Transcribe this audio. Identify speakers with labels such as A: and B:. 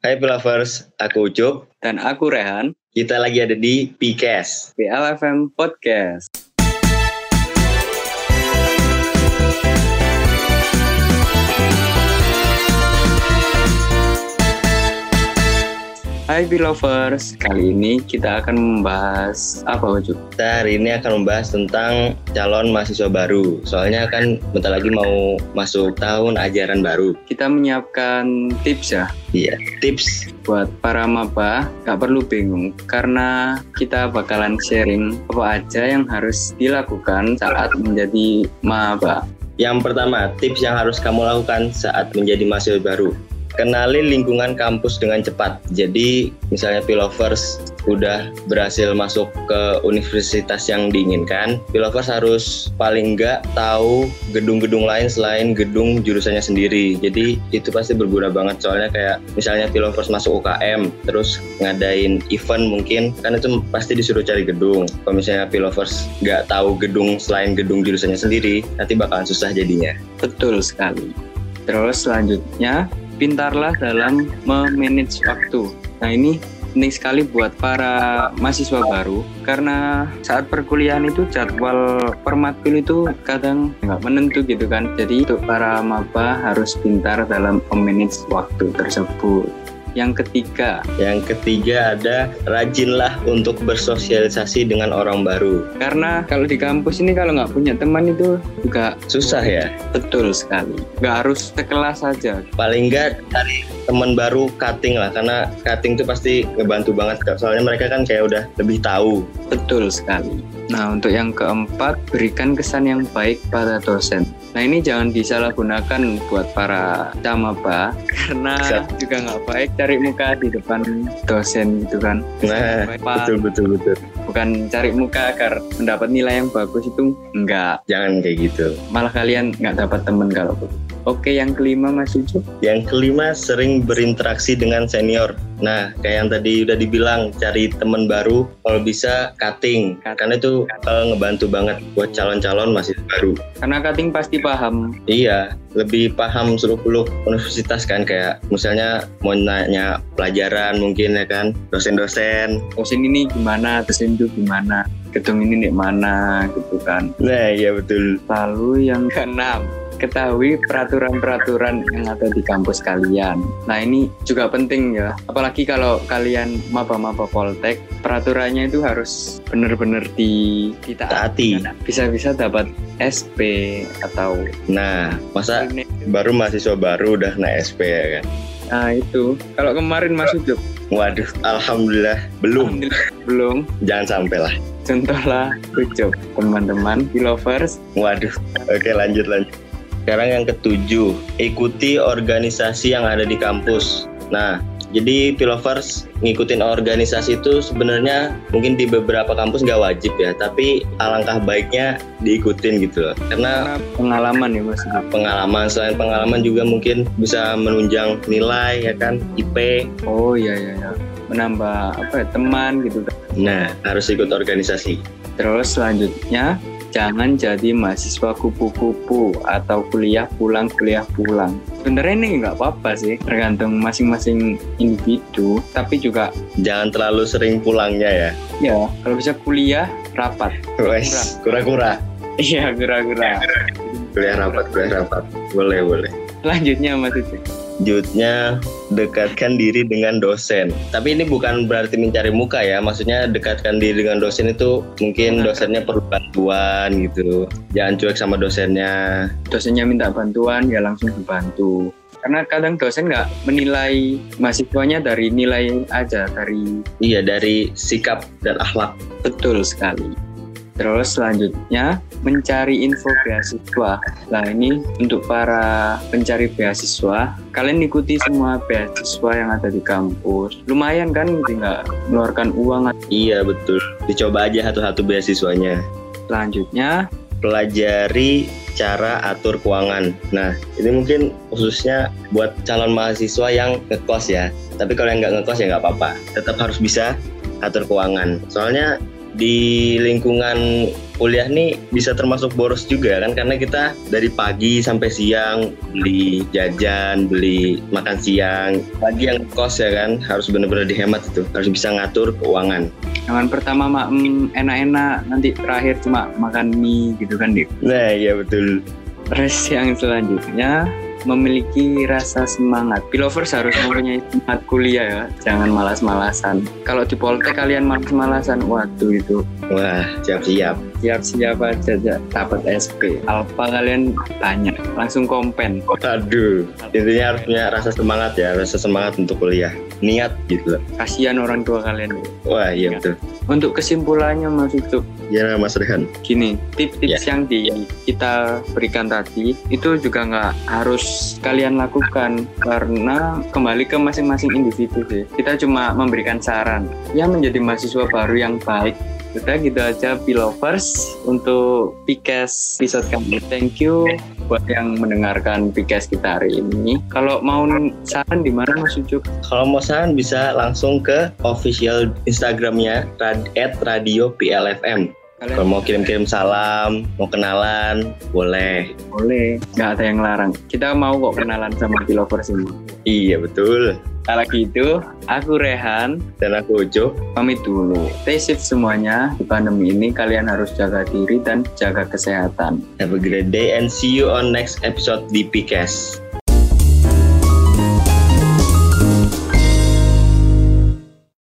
A: Hai Pilavers, aku Ucup.
B: Dan aku Rehan,
A: Kita lagi ada di PCAST.
B: BLFM Podcast. Hai Belovers, kali ini kita akan membahas apa Ucup?
A: Kita hari ini akan membahas tentang calon mahasiswa baru. Soalnya kan bentar lagi mau masuk tahun ajaran baru.
B: Kita menyiapkan tips ya
A: Iya. Tips
B: buat para maba, gak perlu bingung karena kita bakalan sharing apa aja yang harus dilakukan saat menjadi maba.
A: yang pertama, tips yang harus kamu lakukan saat menjadi mahasiswa baru. Kenali lingkungan kampus dengan cepat. Jadi, misalnya Pilovers udah berhasil masuk ke universitas yang diinginkan, Pilovers harus paling nggak tahu gedung-gedung lain selain gedung jurusannya sendiri. Jadi, itu pasti berguna banget soalnya kayak misalnya Pilovers masuk UKM, terus ngadain event mungkin, kan itu pasti disuruh cari gedung. Kalau misalnya Pilovers nggak tahu gedung selain gedung jurusannya sendiri, nanti bakalan susah jadinya.
B: Betul sekali. Terus selanjutnya, pintarlah dalam memanage waktu. Nah ini penting sekali buat para mahasiswa baru karena saat perkuliahan itu jadwal permatkul itu kadang nggak menentu gitu kan jadi untuk para maba harus pintar dalam memanage waktu tersebut yang ketiga
A: Yang ketiga ada rajinlah untuk bersosialisasi dengan orang baru.
B: karena kalau di kampus ini kalau nggak punya teman itu juga
A: Susah ya.
B: betul sekali nggak harus sekelas saja
A: Paling enggak cari teman baru cutting lah karena cutting itu pasti ngebantu banget soalnya mereka kan kayak udah lebih tahu.
B: Betul sekali. Nah, untuk yang keempat, berikan kesan yang baik pada dosen. Nah, ini jangan disalahgunakan buat para camaba karena
A: Siap.
B: juga nggak baik cari muka di depan dosen gitu kan.
A: Nah,
B: Baik, Pak.
A: betul betul betul.
B: Bukan cari muka agar mendapat nilai yang bagus itu enggak.
A: Jangan kayak gitu.
B: Malah kalian nggak dapat temen kalau begitu. Oke, yang kelima Mas Ucup.
A: Yang kelima sering berinteraksi dengan senior. Nah, kayak yang tadi udah dibilang cari teman baru kalau bisa cutting karena itu bakal ngebantu banget buat calon-calon masih baru.
B: Karena Kating pasti paham.
A: Iya, lebih paham seluruh peluk universitas kan kayak misalnya mau nanya pelajaran mungkin ya kan dosen-dosen.
B: Dosen ini gimana, dosen itu gimana, gedung ini di mana gitu kan.
A: Nah iya betul.
B: Lalu yang keenam, ketahui peraturan-peraturan yang ada di kampus kalian. Nah ini juga penting ya, apalagi kalau kalian maba-maba poltek, peraturannya itu harus benar-benar di
A: Taati.
B: ditaati. Bisa-bisa dapat SP atau
A: Nah masa baru mahasiswa baru udah naik SP ya kan?
B: Nah itu, kalau kemarin Mas Ucup,
A: Waduh, alhamdulillah belum.
B: Alhamdulillah, belum,
A: Jangan sampai lah.
B: contohlah Ucup, teman-teman, di lovers,
A: Waduh. Oke lanjut lanjut. Sekarang yang ketujuh, ikuti organisasi yang ada di kampus. Nah, jadi Pilovers ngikutin organisasi itu sebenarnya mungkin di beberapa kampus nggak wajib ya, tapi alangkah baiknya diikutin gitu loh. Karena
B: karena pengalaman ya Mas Ucup.
A: pengalaman selain pengalaman juga mungkin bisa menunjang nilai ya kan IP.
B: Oh iya iya iya, menambah apa ya, teman gitu
A: Nah, harus ikut organisasi.
B: Terus selanjutnya, jangan jadi mahasiswa kupu-kupu atau kuliah pulang kuliah pulang. Sebenarnya ini nggak apa-apa sih, tergantung masing-masing individu. Tapi juga
A: Jangan terlalu sering pulangnya ya.
B: ya kalau bisa kuliah rapat.
A: Wes, kura-kura.
B: Iya kura-kura.
A: Kuliah rapat, kuliah rapat. Boleh, boleh.
B: Selanjutnya Mas Ucu.
A: Jutnya dekatkan diri dengan dosen. Tapi ini bukan berarti mencari muka ya. Maksudnya dekatkan diri dengan dosen itu mungkin dosennya perlu bantuan gitu. Jangan cuek sama dosennya.
B: Dosennya minta bantuan ya langsung dibantu. Karena kadang dosen nggak menilai mahasiswanya dari nilai aja, dari
A: Iya dari sikap dan akhlak.
B: Betul sekali. Terus selanjutnya mencari info beasiswa. Nah ini untuk para pencari beasiswa, kalian ikuti semua beasiswa yang ada di kampus. Lumayan kan tinggal mengeluarkan uang.
A: Iya betul. Dicoba aja satu-satu beasiswanya.
B: Selanjutnya
A: pelajari cara atur keuangan. Nah, ini mungkin khususnya buat calon mahasiswa yang ngekos ya. Tapi kalau yang nggak ngekos ya nggak apa-apa. Tetap harus bisa atur keuangan. Soalnya di lingkungan kuliah nih bisa termasuk boros juga kan karena kita dari pagi sampai siang beli jajan, beli makan siang, lagi yang kos ya kan harus benar-benar dihemat itu, harus bisa ngatur keuangan.
B: Makan pertama mak mm, enak-enak, nanti terakhir cuma makan mie gitu kan Dik.
A: Nah, iya betul.
B: Terus yang selanjutnya memiliki rasa semangat. Pilovers harus mempunyai semangat kuliah ya, jangan malas-malasan. Kalau di Poltek kalian malas-malasan, waduh itu
A: Wah, siap-siap.
B: siap-siap aja ya, dapat SP. Alpa kalian banyak, langsung kompen.
A: Aduh, intinya harus punya rasa semangat ya, rasa semangat untuk kuliah. Niat gitu loh.
B: Kasihan orang tua kalian.
A: Wah, iya betul.
B: Untuk kesimpulannya Mas Yusuf,
A: Ya, Mas Rehan.
B: gini tips-tips yang di kita berikan tadi itu juga nggak harus kalian lakukan karena kembali ke masing-masing individu sih kita cuma memberikan saran ya menjadi mahasiswa baru yang baik sudah gitu aja pilovers untuk pikes episode kami thank you buat yang mendengarkan pikes kita hari ini kalau mau saran di mana Mas Ujuk
A: Kalau mau saran bisa langsung ke official Instagramnya rad at radio PLFM. Kalau mau kirim-kirim salam, mau kenalan, boleh.
B: boleh nggak ada yang larang kita mau kok kenalan sama pilovers ini
A: Iya betul.
B: kalau gitu aku Rehan
A: Dan aku Ujo.
B: pamit dulu. Stay safe semuanya. Di pandemi ini kalian harus jaga diri dan jaga kesehatan.
A: Have a great day and see you on next episode di E PCast.